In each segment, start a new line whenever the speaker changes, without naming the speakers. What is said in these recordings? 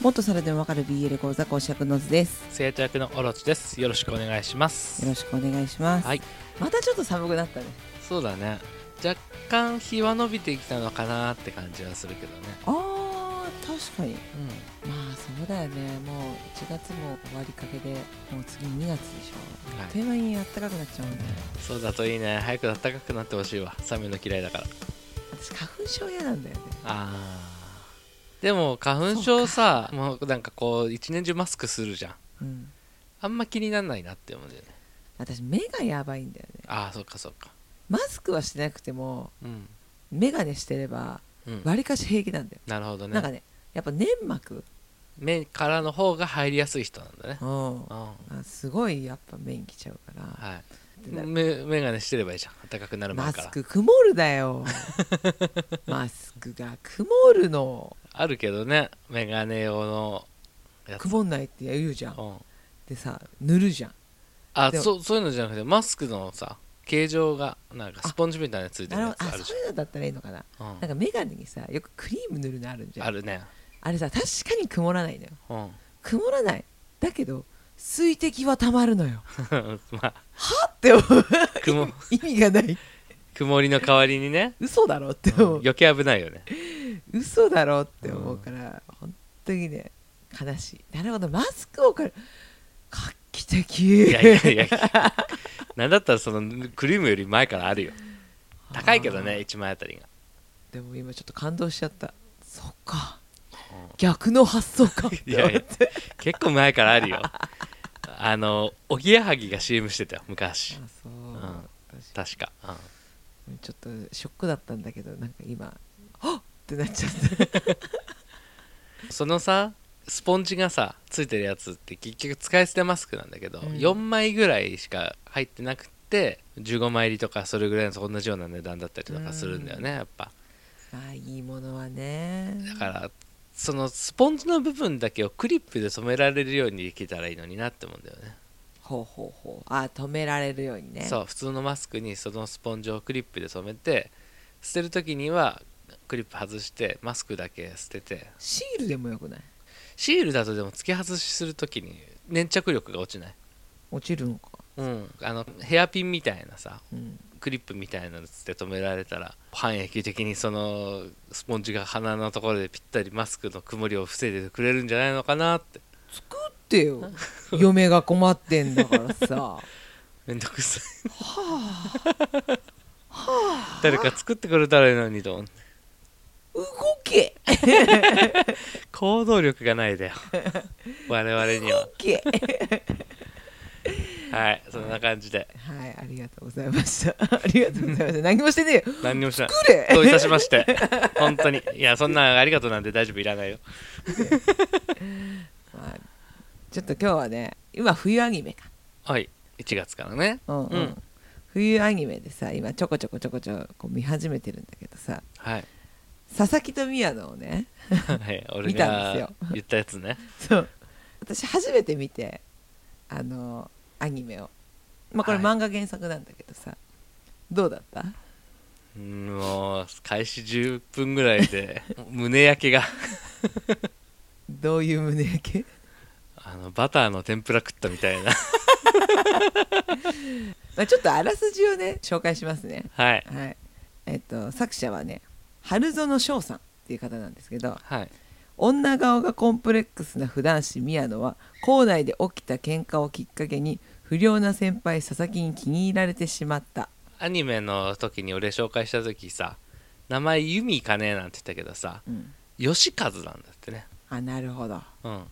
もっとそれでもわかる BL 講座講師役の図です
生徒役のオロチですよろしくお願いします
よろしくお願いします、
はい
またちょっと寒くなったね
そうだね若干日は伸びてきたのかなって感じはするけどね
あー確かに
うん
まあそうだよねもう1月も終わりかけでもう次2月でしょ、
はい
あっという間に暖かくなっちゃうんだよ
そうだといいね早く暖かくなってほしいわ寒いの嫌いだから
私花粉症嫌なんだよね
あーでも花粉症さもうなんかこう一年中マスクするじゃん
うん
あんま気にならないなって思うんだよね
私目がやばいんだよね
ああそっかそっか
マスクはしてなくても
うん
眼鏡してれば
うん
わりかし平気なんだよ、
なるほど
なんか
ね
ねやっぱ粘膜、
目からの方が入りやすい人なんだね
うん、
うん
あすごいやっぱ目にきちゃうから、
はい
でな
目眼鏡してればいいじゃん暖かくなる前
マ
から
スク曇るだ よマスクが曇るの
あるけどねメガネ用のやつ、
曇んないって言うじゃん
うん、
でさ塗るじゃん
あ
でも
そうそういうのじゃなくてマスクのさ形状がなんかスポンジみたいなやつついて
な
る
るほど
やつ
あ
あるじ
そういうのだったらいいのかな
ゃん、
なん
う
か眼鏡にさよくクリーム塗るのあるじ
ん、
ゃん
あ
あ
るね、
れさ確かに曇らないのよ
うん
曇らないだけど水滴はたまるのよ
まあ
でも
曇
意味がない
曇りの代わりにね、
嘘だろって
うん
思う
余計危ないよね
嘘だろって思うから、本当にね悲しいなるほどマスクをかる画期的
いやいやいやなんだったらそのクリームより前からあるよ高いけどね1枚あたりが、
でも今ちょっと感動しちゃったそっか
うん
逆の発想 か
いやいや結構前からあるよあのおぎやはぎが CM してたよ昔
あそう、
ん
私
確か、うん
ちょっとショックだったんだけどなんか今あっってなっちゃった
そのさスポンジがさついてるやつって結局使い捨てマスクなんだけど、
うん
4枚ぐらいしか入ってなくて15枚入りとかそれぐらいの同じような値段だったりとかするんだよね、やっぱ
まあいいものはね
だからそのスポンジの部分だけをクリップで止められるようにできたらいいのになって思うんだよね
ほうほうほうあ止められるようにね
そう普通のマスクにそのスポンジをクリップで留めて捨てる時にはクリップ外してマスクだけ捨てて
シールでもよくない
シールだとでも付け外しする時に粘着力が落ちない
落ちるのか
うん、あのヘアピンみたいなさ
うん
クリップみたいなのつって止められたら半永久的にそのスポンジが鼻のところでぴったりマスクの曇りを防いでくれるんじゃないのかなって
作ってよ 嫁が困ってんだからさは
めんどくさい
あ
誰か作ってくれたらいいのにと思って
動け
行動力がない だよ我々には
動け
はいそんな感じで
はいありがとうございました ありがとうござい ました何もしてねえよ
何にもしない
くれ
どういたしまして本当にいやそんなありがとうなんで大丈夫いらないよ
まあちょっと今日はね今冬アニメか
はい1月からね
うんうん、
うん
冬アニメでさ今ちょこちょこちょこちょここう見始めてるんだけどさ
はい
佐々木と宮野をね
はい俺
見たんです
が
よ
言ったやつね
そう私初めて見てあのアニメをまあこれ
はい
漫画原作なんだけどさ、どうだった
うんもう開始10分ぐらいで 胸焼けが
どういう胸焼け
あのバターの天ぷら食ったみたいな
まあ、ちょっとあらすじをね紹介しますね、
はい
はいえっと、作者はね春園翔さんっていう方なんですけど
はい
女顔がコンプレックスな普段子宮野は校内で起きた喧嘩をきっかけに不良な先輩佐々木に気に入られてしまった
アニメの時に俺紹介した時さ名前ユミかねえなんて言ったけどさ
うん
吉和なんだってね
あなるほど
うん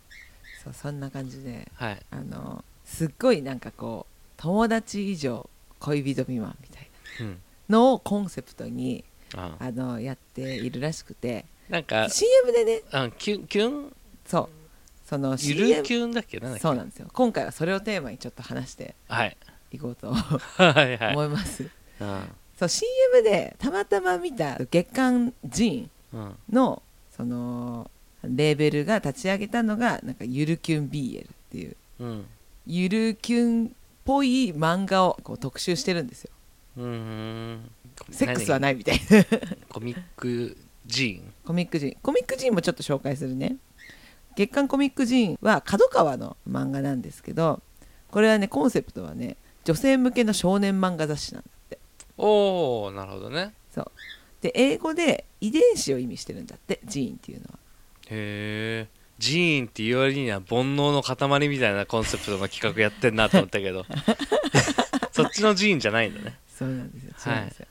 そうそんな感じで
はい
あのすっごいなんかこう友達以上恋人未満みたい
うん
なのをコンセプトに
あ
あのやっているらしくて
なんか
CM でね
うんキュンキュン
そうその
ゆ
CM
るキュンだっけなんだっけ
そうなんですよ今回はそれをテーマにちょっと話して
はい
いこうと
はいはい
思います、
うん
そう CM でたまたま見た月刊ジーン
うん
のそのレーベルが立ち上げたのがなんかゆるキュン BL っていう
うん
ゆるキュンっぽい漫画をこう特集してるんですよ
うんうん
セックスは
何
ないみたいな
コミックジーン
コミックジーンコミックジーンもちょっと紹介するね月刊コミック寺院は角川の漫画なんですけどこれはねコンセプトはね女性向けの少年漫画雑誌なんだって
おおなるほどね
そうで英語で遺伝子を意味してるんだって寺院っていうのは
へえジーンって言われには煩悩の塊みたいなコンセプトの企画やってんなと思ったけ どそっちのジーンじゃないんだね
そうなんですよ
はい
違うんですよ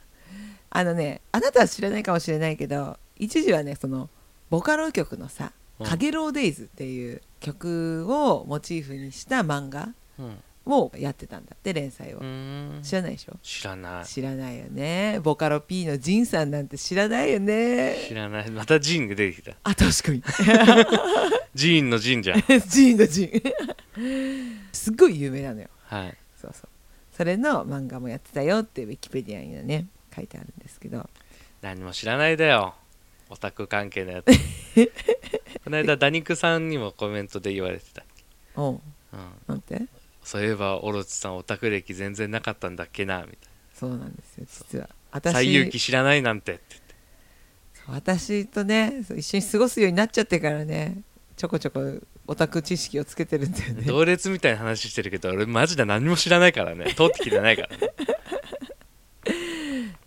あのねあなたは知らないかもしれないけど一時はねそのボカロ曲のさ「
うん
かげろうデイズ」っていう曲をモチーフにした漫画
うん
をやってたんだって連載を
うーん
知らないでしょ
知らない
知らないよねボカロ P のジンさんなんて知らないよ
知
ね
らないまたジーンが出てきた
あ確かに
ジーンのジーンじゃん
ジンだジンすっごい有名なのよ
はい
そうそうそれの漫画もやってたよってウィキペディアにはね書いてあるんですけど
何も知らないだよオタク関係の やつこの間ダニクさんにもコメントで言われてた、
おう
うん、
なんて
そういえばオロチさんオタク歴全然なかったんだっけなみ
そうなんですよ実は
たいな最勇
私
気知らないなんてって
そう私とねそう一緒に過ごすようになっちゃってからねちょこちょこオタク知識をつけてるんだよね
同列みたいな話してるけど俺マジで何も知らないからね通ってきてないからね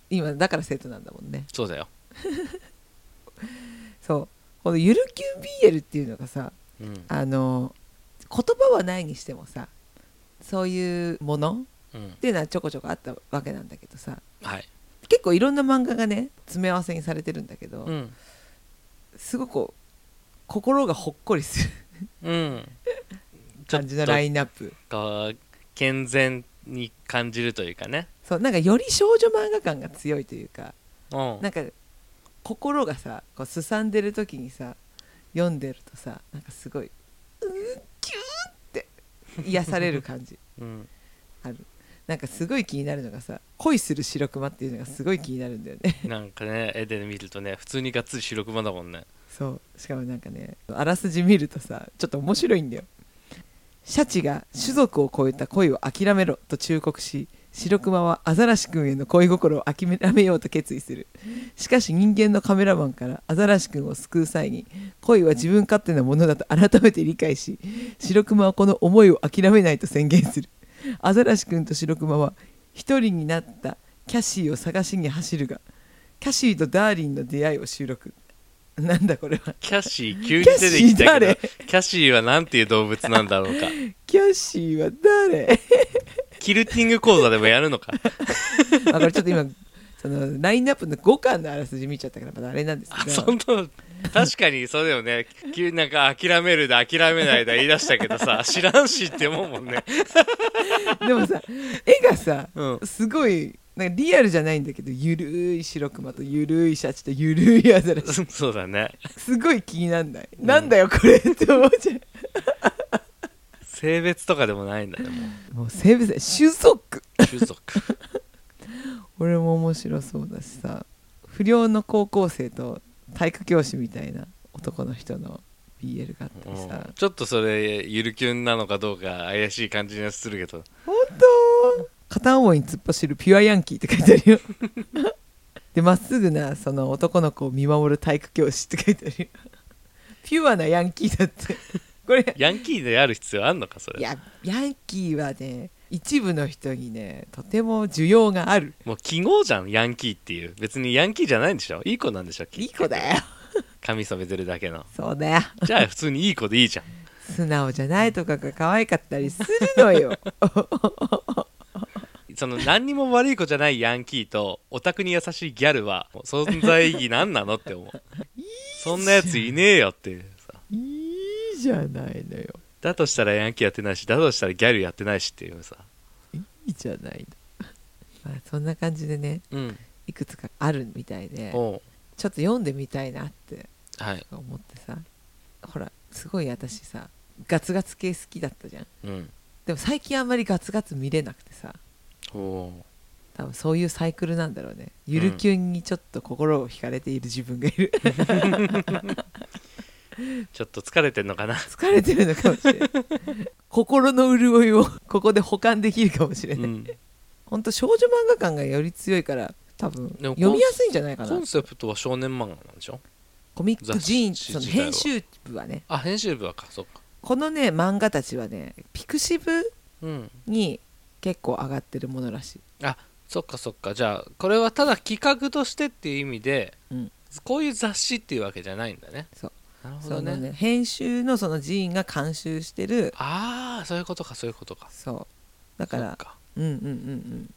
今だから生徒なんだもんね
そうだよ、
そうこの「ゆるキュン BL」っていうのがさ
うん
あの言葉はないにしてもさそういうもの
うん
っ、ていうのはちょこちょこあったわけなんだけどさ
はい、
結構いろんな漫画がね詰め合わせにされてるんだけど、
うん
すごくこう心がほっこりする
うん、ちょっ
感じのラインナップ
と健全に感じるというかね、
そうなんかより少女漫画感が強いというか
うん、
なんか心がさこうすさんでる時にさ読んでるとさなんかすごいうーキューって癒される感じ
うん、
あるなんかすごい気になるのがさ恋する白熊っていうのがすごい気になるんだよね
なんかね絵で見るとね普通にがっつり白熊だもんね
そうしかもなんかねあらすじ見るとさちょっと面白いんだよシャチが種族を超えた恋を諦めろと忠告し白熊はアザラシ君への恋心を諦めようと決意するしかし人間のカメラマンからアザラシ君を救う際に恋は自分勝手なものだと改めて理解し白熊はこの思いを諦めないと宣言するアザラシ君と白熊は一人になったキャシーを探しに走るがキャシーとダーリンの出会いを収録なんだこれは
キャシー急に出てきたけど
キャシ
キャシーはなんていう動物なんだろうか
キャシーは誰
キルティング講座でもやるのか
あこれちょっと今そのラインナップの5巻のあらすじ見ちゃったからまだあれなんです
あ
け
そ
ど
んな確かにそうだよね 急になんか諦めるだ諦めないだ言い出したけどさ 知らんしって思うもんね
でもさ絵がさ
うん
すごいなんかリアルじゃないんだけどゆるい白熊とゆるいシャチとゆるいアザラシ
そうだね
すごい気になんない、なんだよこれって思っちゃ
性別とかでもないんだねも
うもう性別 種族
う種族
俺も面白そうだしさ不良の高校生と体育教師みたいな男の人の BL があったりさ、
うんちょっとそれゆるキュンなのかどうか怪しい感じがするけど
本当片思いに突っ走るピュアヤンキーって書いてあるよ でまっすぐなその男の子を見守る体育教師って書いてあるよピュアなヤンキーだって これ
ヤンキーである必要あんのかそ
い
れ
やヤンキーはね一部の人にねとても需要がある
もう記号じゃんヤンキーっていう別にヤンキーじゃないんでしょいい子なんでしょ
いい子だ よ
髪染めてるだけの
そうだよ
じゃあ普通にいい子でいいじゃん
素直じゃないとかが可愛かったりするの よ
その何にも悪い子じゃないヤンキーとオタクに優しいギャルはもう存在意義何なのって 思うそんなやついねえよっていうさ
いいじゃないのよ
だとしたらヤンキーやってないしだとしたらギャルやってないしっていうさ
いいじゃないの、まあ、そんな感じでね
うん
いくつかあるみたいで
おう
ちょっと読んでみたいなって
はい
思ってさほらすごい私さガツガツ系好きだったじゃん
うん
でも最近あんまりガツガツ見れなくてさ
おお
多分そういうサイクルなんだろうねゆるキュンにちょっと心を惹かれている自分がいる、
うちょっと疲れてんのか な
疲れてるのかもし れない心の潤いをここで保管できるかもしれ
う
ない、
ん
ほんと少女漫画感がより強いから多分
でも
読みやすいんじゃないか
コ
な
ンセプトは少年漫画なんでしょ
コミックジーン
雑誌
その
自体は
編集部はね
あ編集部はかそっか
このね漫画たちはねピクシブ
うん
に結構上がってるものらしい
そっかそっかじゃあこれはただ企画としてっていう意味で、
うん
こういう雑誌っていうわけじゃないんだね
そう
なるほ
そ
ど
の
ね
ね編集のその寺院が監修してる
ああそういうことかそういうことか
そうだか
そっ
ら
か
うんうんうん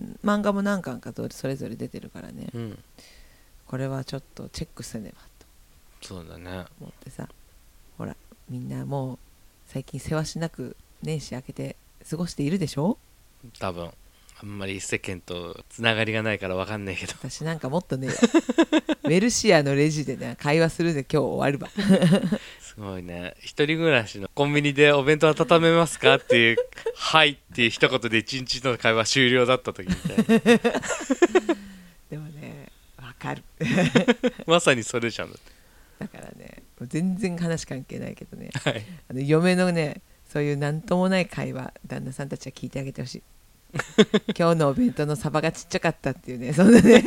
うん漫画も何巻かとそれぞれ出てるからね
うん
これはちょっとチェックせねばと
そうだね
思ってさほらみんなもう最近せわしなく年始明けて過ごしているでしょ
多分あんまり世間とつながりがないからわかんないけど
私なんかもっとねウェルシアのレジでね会話するで今日終わるわ
すごいね一人暮らしのコンビニでお弁当温めますかっていう「はい」っていう一言で一日の会話終了だった時みたい な
でもねわかる
まさにそれじゃん
だからね全然話関係ないけどね
はい
あの嫁のねそういう何ともない会話旦那さんたちは聞いてあげて ほしい今日のお弁当のサバがちっちゃかったっていうねそんなね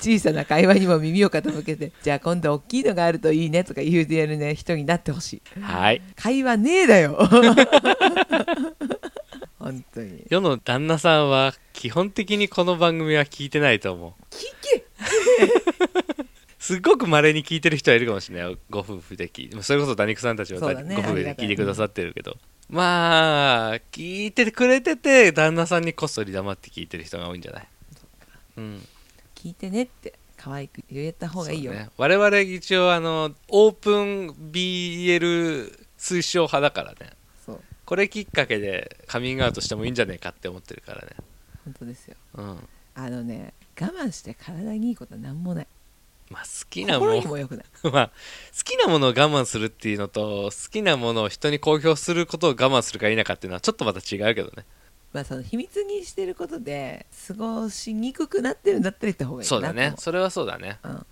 小さな会話にも耳を傾けてじゃあ今度大きいのがあるといいねとか言うてやるね人になってほしい
はい
会話ねえだ よ本当に
世の旦那さんは基本的にこの番組は聞いてないと思う
聞け
すっごく稀に聞いてる人はいるかもしれないよご夫婦で聞いてそれこそダニクさんたちは
そうだ
だ、
ね
ご夫婦
ありが
で
たい
聞いてくださってるけどまあ聞いてくれてて旦那さんにこっそり黙って聞いてる人が多いんじゃないうん
聞いてねって可愛く言えた方がいいよ、
そうね、我々一応あのオープン BL 推奨派だからね
そう
これきっかけでカミングアウトしてもいいんじゃねえかって思ってるからね
本当ですよ
うん
あのね我慢して体にいいことは何もない
まあ好きなも
心に
の
も良くない
まあ好きなものを我慢するっていうのと好きなものを人に公表することを我慢するか否かっていうのはちょっとまた違うけどね
まあその秘密にしてることで過ごしにくくなってるんだったら言った方がいいなと
そう
思
だねそれはそうだね
うん、
うん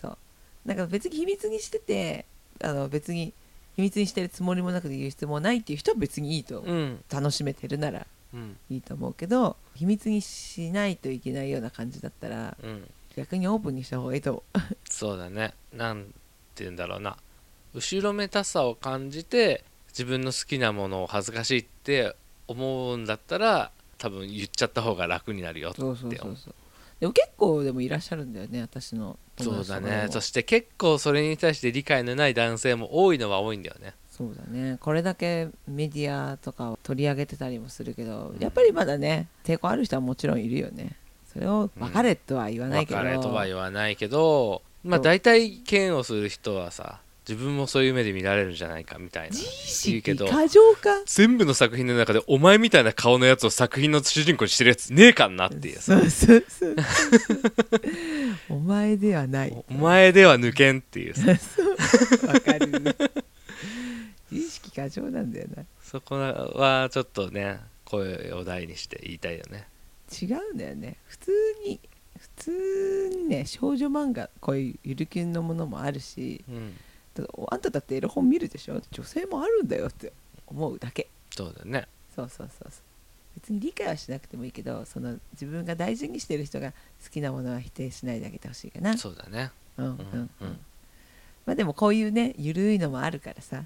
そうなんか別に秘密にしててあの別に秘密にしてるつもりもなくて言う必要もないっていう人は別にいいと思う、
うん
楽しめてるなら
うん
いいと思うけど秘密にしないといけないような感じだったら
うん
逆にオープンにした方がいいと思う
そうだねなんて言うんだろうな後ろめたさを感じて自分の好きなものを恥ずかしいって思うんだったら多分言っちゃった方が楽になるよって
そ
思
う
う
そうそうそうでも結構でもいらっしゃるんだよね私の友
そう
達と
だ
かでも
ねそして結構それに対して理解のない男性も多いのは多いんだよね
そうだねこれだけメディアとかを取り上げてたりもするけどやっぱりまだね抵抗ある人はもちろんいるよねそれを別れとは言わないけど、
別れとは言わないけどまあ
そう
大体嫌悪する人はさ自分もそういう目で見られるんじゃないかみたいな
自意
言う
識
けど
過剰か
全部の作品の中でお前みたいな顔のやつを作品の主人公にしてるやつねえかんなっていう
そうそう そうお前ではない
お前では抜けんっていうさ
わかる自意識過剰なんだよな
そこはちょっとね声を大にして言いたいよね
違うんだよね普通に普通にね少女漫画こういうゆるキュンのものもあるし
うん
だあんただってエロ本見るでしょ女性もあるんだよって思うだけ
そうだね
そうそうそうそう別に理解はしなくてもいいけどその自分が大事にしてる人が好きなものは否定しないであげてほしいかな
そうだね
うんうん
う
うんん、
うん
まあでもこういうねゆるいのもあるからさ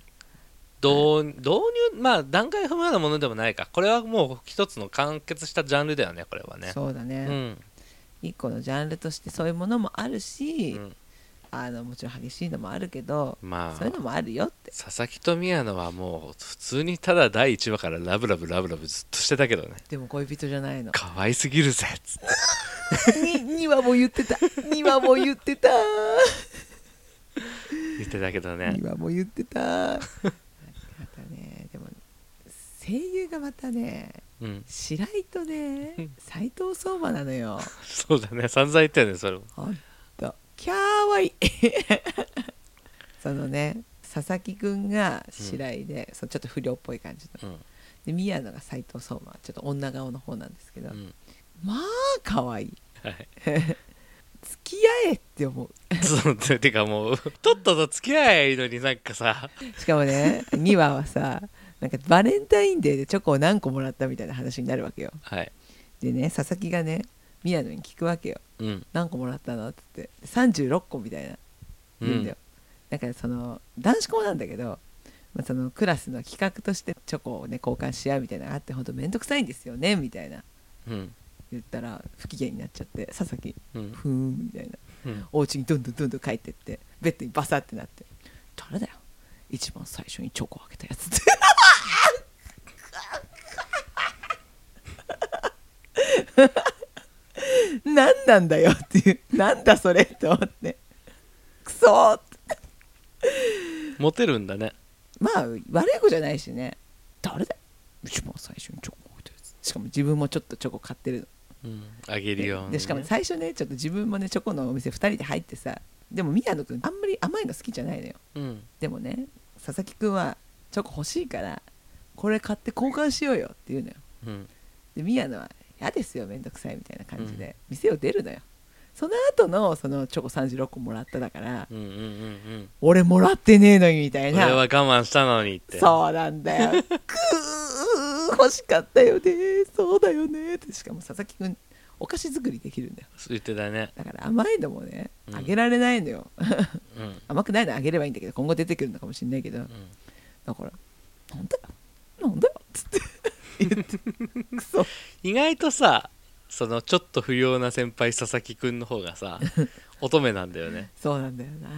導導入まあ段階踏むようなものでもないかこれはもう一つの完結したジャンルだよねこれはね
そうだ
う
ね、
ん
一個のジャンルとしてそういうものもある
う
し、
ん
あのもちろん激しいのもあるけど
ま
そういうの
あ
もあるよって
佐々木と宮野はもう普通にただ第1話からラブラブラブラブずっとしてたけどね
でも恋人じゃないの
可愛すぎるぜっつっ て
に2話も言ってた2話も言ってた
言ってたけどね
今も言ってたまたねでも声優がまたね
うん
白井とね
うん
斎藤相馬なのよ
そうだね散々言ったよねそれも
ほんとキャーワイ そのね佐々木くんが白井で、そうちょっと不良っぽい感じの
うん
で宮野が斎藤相馬ちょっと女顔の方なんですけど、
うん
まあ可愛い
はい
付き合えって思う
そうててかもうとっとと付き合えばいいのになんかさ
しかもね2 話はさなんかバレンタインデーでチョコを何個もらったみたいな話になるわけよ
はい
でね佐々木がね宮野に聞くわけよ
うん
何個もらったのって言って36個みたいな言うんだよ、だからその男子校なんだけど、まあ、そのクラスの企画としてチョコをね交換し合うみたいなのがあってほんと面倒くさいんですよねみたいな
うん
言ったら不機嫌になっちゃって佐々木
うん
ふーんみたいな
うん
お家にどんどんどんどん帰ってってベッドにバサってなって誰だよ一番最初にチョコをあげたやつって何なんだよっていうなんだそれって思ってクソーって
モテるんだね
まあ悪い子じゃないしね誰だよ一番最初にチョコをあげたやつしかも自分もちょっとチョコ買ってるの
うんあげるよ
でしかも最初ねちょっと自分もねチョコのお店2人で入ってさでも宮野君あんまり甘いの好きじゃないのよ
うん
でもね佐々木くんはチョコ欲しいからこれ買って交換しようよって言うのよ
うん
で宮野は「嫌ですよめんどくさい」みたいな感じで店を出るのよ、その後のそのチョコ36個もらっただから
うんうんうん
「俺もらってねえのに」みた
う
い
ん俺は
な
我慢したのにって
そうなんだ よくー欲しかったよねそうだよねってしかも佐々木くんお菓子作りできるんだよ
言ってたね
だから甘いのもね
うん
あげられないのよ、
うん
甘くないのあげればいいんだけど今後出てくるのかもしれないけど、
うん
だから「なんだよなんだよ」っつって言ってくそ
意外とさそのちょっと不良な先輩佐々木くんの方がさ乙女なんだよね
そうなんだよな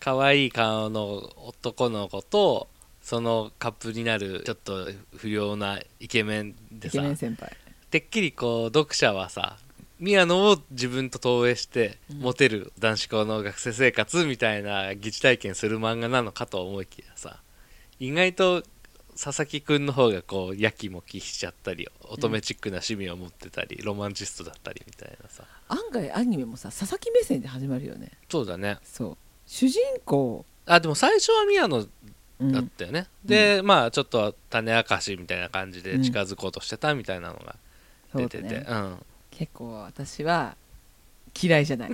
可愛い顔の男の子とそのカップになるちょっと不良なイケメンで
イ
さ
ケメン先輩
てっきりこう読者はさ宮野を自分と投影して
うん
モテる男子校の学生生活みたいな疑似体験する漫画なのかと思いきやさ意外と佐々木くんの方がこうやきもきしちゃったり乙女チックな趣味を持ってたり、ロマンチストだったりみたいなさ
案外アニメもさ佐々木目線で始まるよね
そうだね
そう主人公、
あでも最初は宮野
うん
だったよね、でまあちょっと種明かしみたいな感じで近づこうとしてたみたいなのが
そう
出
だ
て
ね
て、うん
結構私は嫌いじゃ ない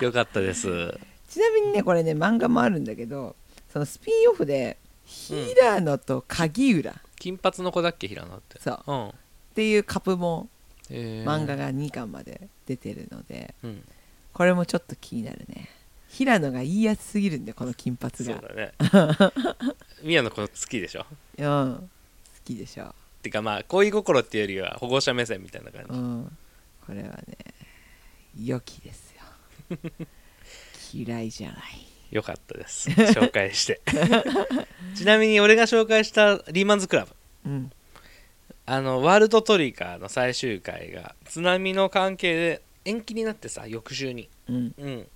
よかったです
ちなみにねこれね漫画もあるんだけどそのスピンオフで平野と鍵浦っ
金髪の子だっけ平野って
そう
うん
ていうカップも
えー
漫画が2巻まで出てるので
うん
これもちょっと気になるね平野がいいやつすぎるんでこの金
そ
髪
う
が
だね 宮野この好きでしょ
うん、好きでしょ、
てかまあ恋心っていうよりは保護者目線みたいな感
う
じ
ん、これはね良きですよ嫌いじゃない
よかったです紹介して ちなみに俺が紹介したリーマンズクラブ
うん
あのワールドトリガーの最終回が津波の関係で延期になってさ翌週に
うん
うん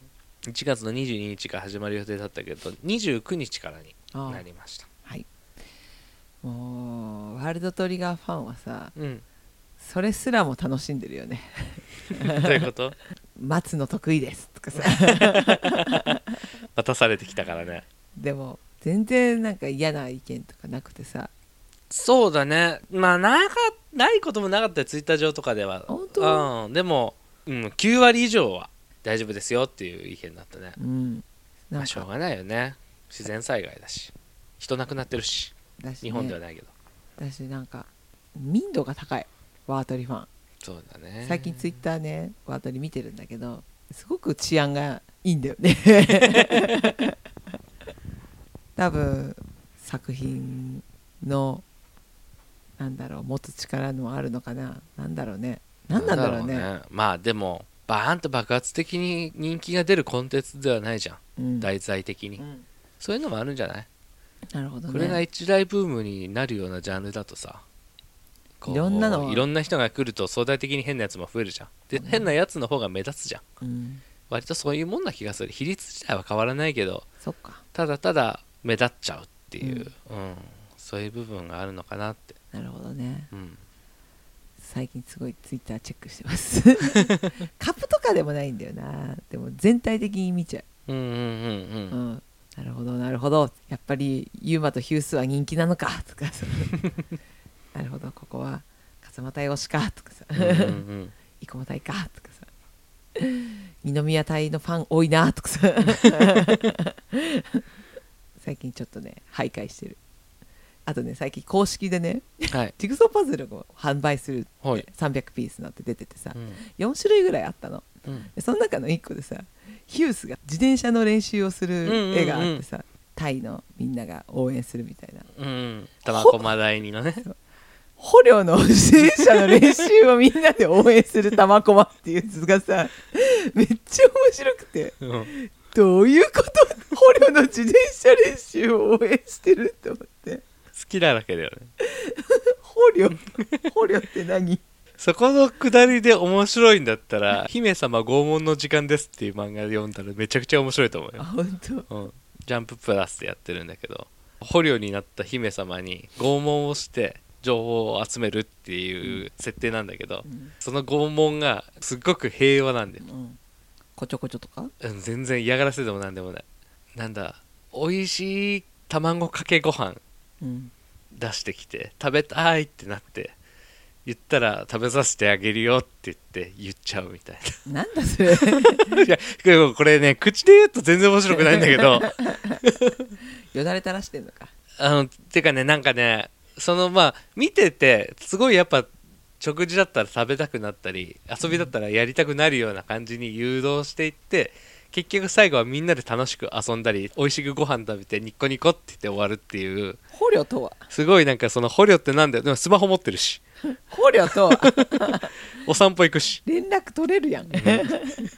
1月の22日から始まる予定だったけど29日からに
あ
なりました
はいもうワールドトリガーファンはさ
うん
それすらも楽しんでるよね
どういうこと
「待つの得意です」とかさ
渡されてきたからね
でも全然なんか嫌な意見とかなくてさ
そうだねまあなかないこともなかったよツイッター上とかでは
本当
うん、でも、うん、9割以上は大丈夫ですよっていう意見だったね
うん
ま
な
あ
ん
しょう
か
がないよね自然災害だし人亡くなってるし
だし、ね、
日本ではないけど、
私なんか民度が高いワートリファン
そうだね
最近ツイッターねワートリ見てるんだけどすごく治安がいいんだよね多分作品のなんだろう持つ力もあるのかななんだろうねなんなんだろうね
なんまあでもバーンと爆発的に人気が出るコンテンツではないじゃん、
うん
題材的に、
うん
そういうのもあるんじゃない
なるほどね
これが一大ブームになるようなジャンルだとさこう
いろんなの
いろんな人が来ると相対的に変なやつも増えるじゃんで、
うん
変なやつの方が目立つじゃん
うん、
割とそういうもんな気がする比率自体は変わらないけど
そっか
ただただ目立っちゃうっていう、うんそういう部分があるのかなって、
なるほどね
うん、
最近すごいツイッターチェックしてますカップとかでもないんだよなでも全体的に見ちゃう
うんうんうん
う
うん
ん、なるほどなるほどやっぱりユーマとヒュースは人気なのか とかさなるほどここは勝間隊推しかとかさ
うんうんうん
生駒隊かとかさ二宮隊のファン多いなとかさ最近ちょっとね徘徊してるあとね最近公式でね
はい
ジグソーパズルを販売する
はい、
300ピースなんて出ててさ
うん
4種類ぐらいあったの
うん
でその中の一個でさヒュースが自転車の練習をする絵があってさ、タイのみんなが応援するみたいな
うん玉駒第二のね
捕虜の自転車の練習をみんなで応援する玉駒っていう図がさめっちゃ面白くて
うん
どういうこと捕虜の自転車練習を応援してるって思って
好きだらけだよね
捕虜捕虜って何
そこのくだりで面白いんだったら「 姫様拷問の時間です」っていう漫画読んだらめちゃくちゃ面白いと思う
あ
よ、
本当
うん、ジャンププラスでやってるんだけど捕虜になった姫様に拷問をして情報を集めるっていう設定なんだけど、
ん
その拷問がすっごく平和なんだよ、
うんこちょこちょとか
うん、全然嫌がらせでもなんでもないなんだ美味しい卵かけご飯
うん
出してきて食べたいってなって言ったら食べさせてあげるよって言って言っちゃうみたいな
なんだそ れ
いやこれこれね口で言うと全然面白くないんだけど
よだれ垂らしてんのか
あのてかねなんかねそのまあ見ててすごいやっぱ食事だったら食べたくなったり遊びだったらやりたくなるような感じに誘導していって結局最後はみんなで楽しく遊んだり美味しくご飯食べてニッコニコって言って終わるっていう
捕虜とは
すごいなんかその捕虜ってなんだよでもスマホ持ってるし
捕虜とは
お散歩行くし
連絡取れるやん ヒュ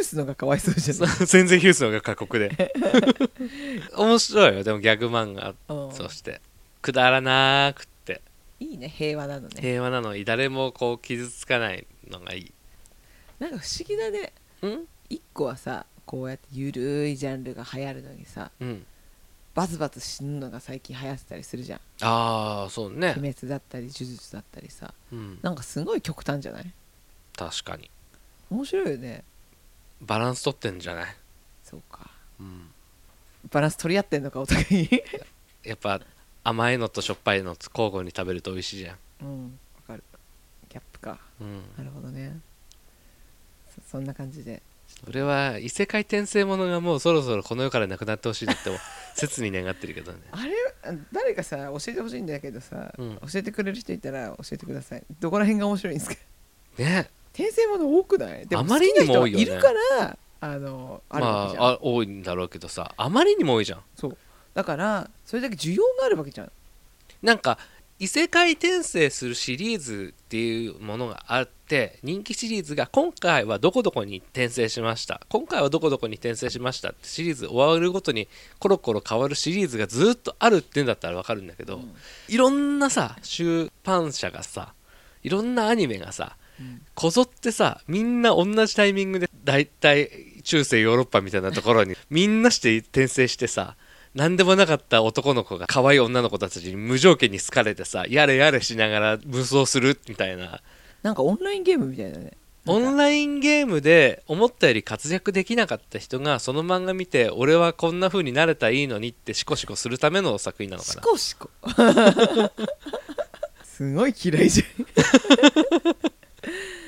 ースのがかわいそうじゃない
全然ヒュースの方が過酷で 面白いよでもギャグ漫画
うん
そしてくだらなくって
いいね平和なのね
平和なのに誰もこう傷つかないのがいい
なんか不思議だね
うん
一個はさこうやってゆるいジャンルが流行るのにさ
うん
バツバツ死ぬのが最近流行ってたりするじゃん
ああそうね
鬼滅だったり呪術だったりさ
うん
なんかすごい極端じゃない
確かに
面白いよね
バランス取ってんじゃない、
そうか
うん、
バランス取り合ってんのかお互い
やっぱ甘いのとしょっぱいの交互に食べると美味しいじゃん
うんわかるギャップか
うん
なるほどねそそんな感じで
俺は異世界転生ものがもうそろそろこの世からなくなってほしいなっても切に願ってるけどね
あれ誰かさ教えてほしいんだけどさ、
うん
教えてくれる人いたら教えてくださいどこら辺が面白いんですか
ね
転生もの多くないでも
あまりにも多
好
い
き
よ
な人いる
ね
からあのあるわ
ま
けじゃん、
ああ多いんだろうけどさあまりにも多いじゃん
そうだからそれだけ需要があるわけじゃん
なんか異世界転生するシリーズっていうものがあって人気シリーズが今回はどこどこに転生しました今回はどこどこに転生しましたってシリーズ終わるごとにコロコロ変わるシリーズがずっとあるってんだったらわかるんだけど、
うん
いろんなさ出版社がさいろんなアニメがさ
うん
こぞってさみんな同じタイミングで大体中世ヨーロッパみたいなところに みんなして転生してさ何でもなかった男の子が可愛い女の子たちに無条件に好かれてさやれやれしながら武装するみたいな
なんかオンラインゲームみたいだねな
オ
ん
ン
か
ラインゲームで思ったより活躍できなかった人がその漫画見て俺はこんな風になれたらいいのにってシコシコするための作品なのか
シ
な
コシコ すごい嫌いじゃん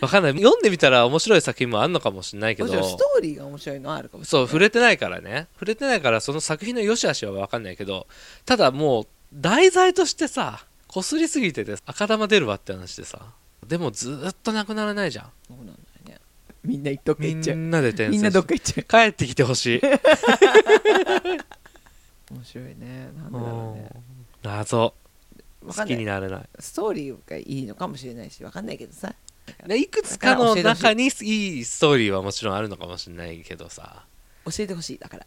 わかんない読んでみたら面白い作品もあんのかもしれないけ
も
ど
ちろんストーリーが面白いのはあるかもしれ
そ
な
う
い
触れてないからね触れてないからその作品の良し悪しは分かんないけどただもう題材としてさこすりすぎてて赤玉出るわって話でさでもずーっとなくならないじゃん
そうなんだよねみんなどっか
み
行っちゃうん
なで転
みんな
生
どっ
し
か行っちゃ
帰ってきてほしい
う面白いねなんで
う
だろ うね
ん謎
わか
好
んな
き
い
になれない
ストーリーがいいのかもしれないしわかんないけどさ
ねいくつかの中にいいストーリーはもちろんあるのかもしれないけどさ
教えてほしいだから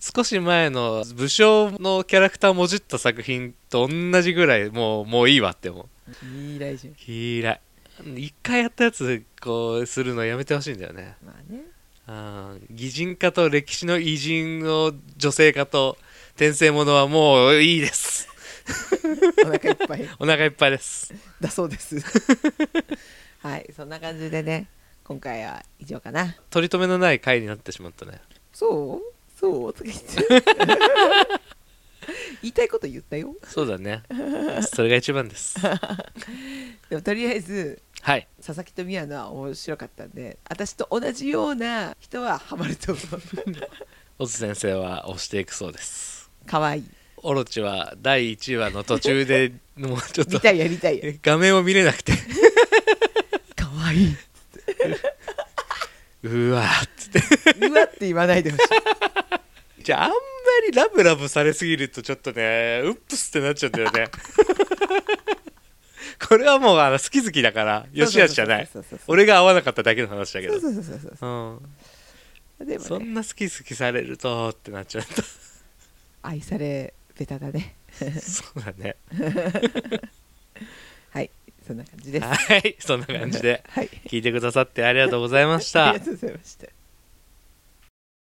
少し前の武将のキャラクターもじった作品と同じぐらいもうもういいわって思う
嫌いじゃん
嫌い一回やったやつこうするのやめてほしいんだよね
まあね
うん擬人化と歴史の偉人の女性化と転生ものはもういいです
お腹いっぱい
お腹いっぱいです
だそうです はいそんな感じでね今回は以上かな
取り留めのない回になってしまったね
そうそうとか言って 言いたいこと言ったよ
そう だねそれが一番です
でもとりあえず
はい
佐々木と宮野は面白かったんで私と同じような人はハマると思う
オズ先生は押していくそうです
可愛い
オロチは第1話の途中でもうちょっ
見
と
たいやりたいや
画面を見れなくて
可愛い
うわ
うわって言わないでほしい
じゃああんまりラブラブされすぎるとちょっとねウップスってなっちゃうん だよねこれはもうあの好き好きだからよしあしじゃない
そうそうそう
俺が合わなかっただけの話だけ
そ
ど
うそうそうそうそう
うん
そうで
そ
もね
んな好き好きされるとってなっちゃう と
愛されベタだね
そうだね
はいそんな感じです
はいそんな感じで
はい
聞いてくださってありがとうございまし
あ
た
りがとうございました